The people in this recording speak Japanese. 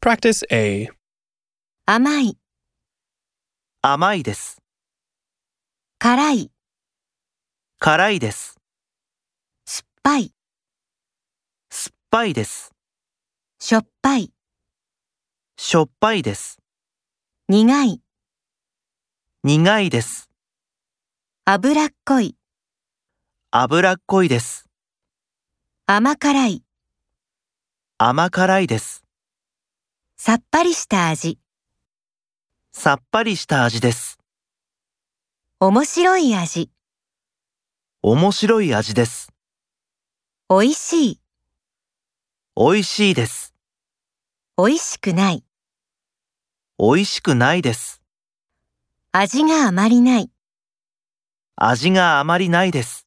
Practice A. 甘い、甘いです。辛い、辛いです。酸っぱい、酸っぱいです。しょっぱい、しょっぱいです。苦い、苦いです。脂っこい、脂っこいです。甘辛い、甘辛いです。さっぱりした味、さっぱりした味です。面白い味、面白い味です。美味しい、美味しいです。美味しくない、美味しくないです。味があまりない。味があまりないです。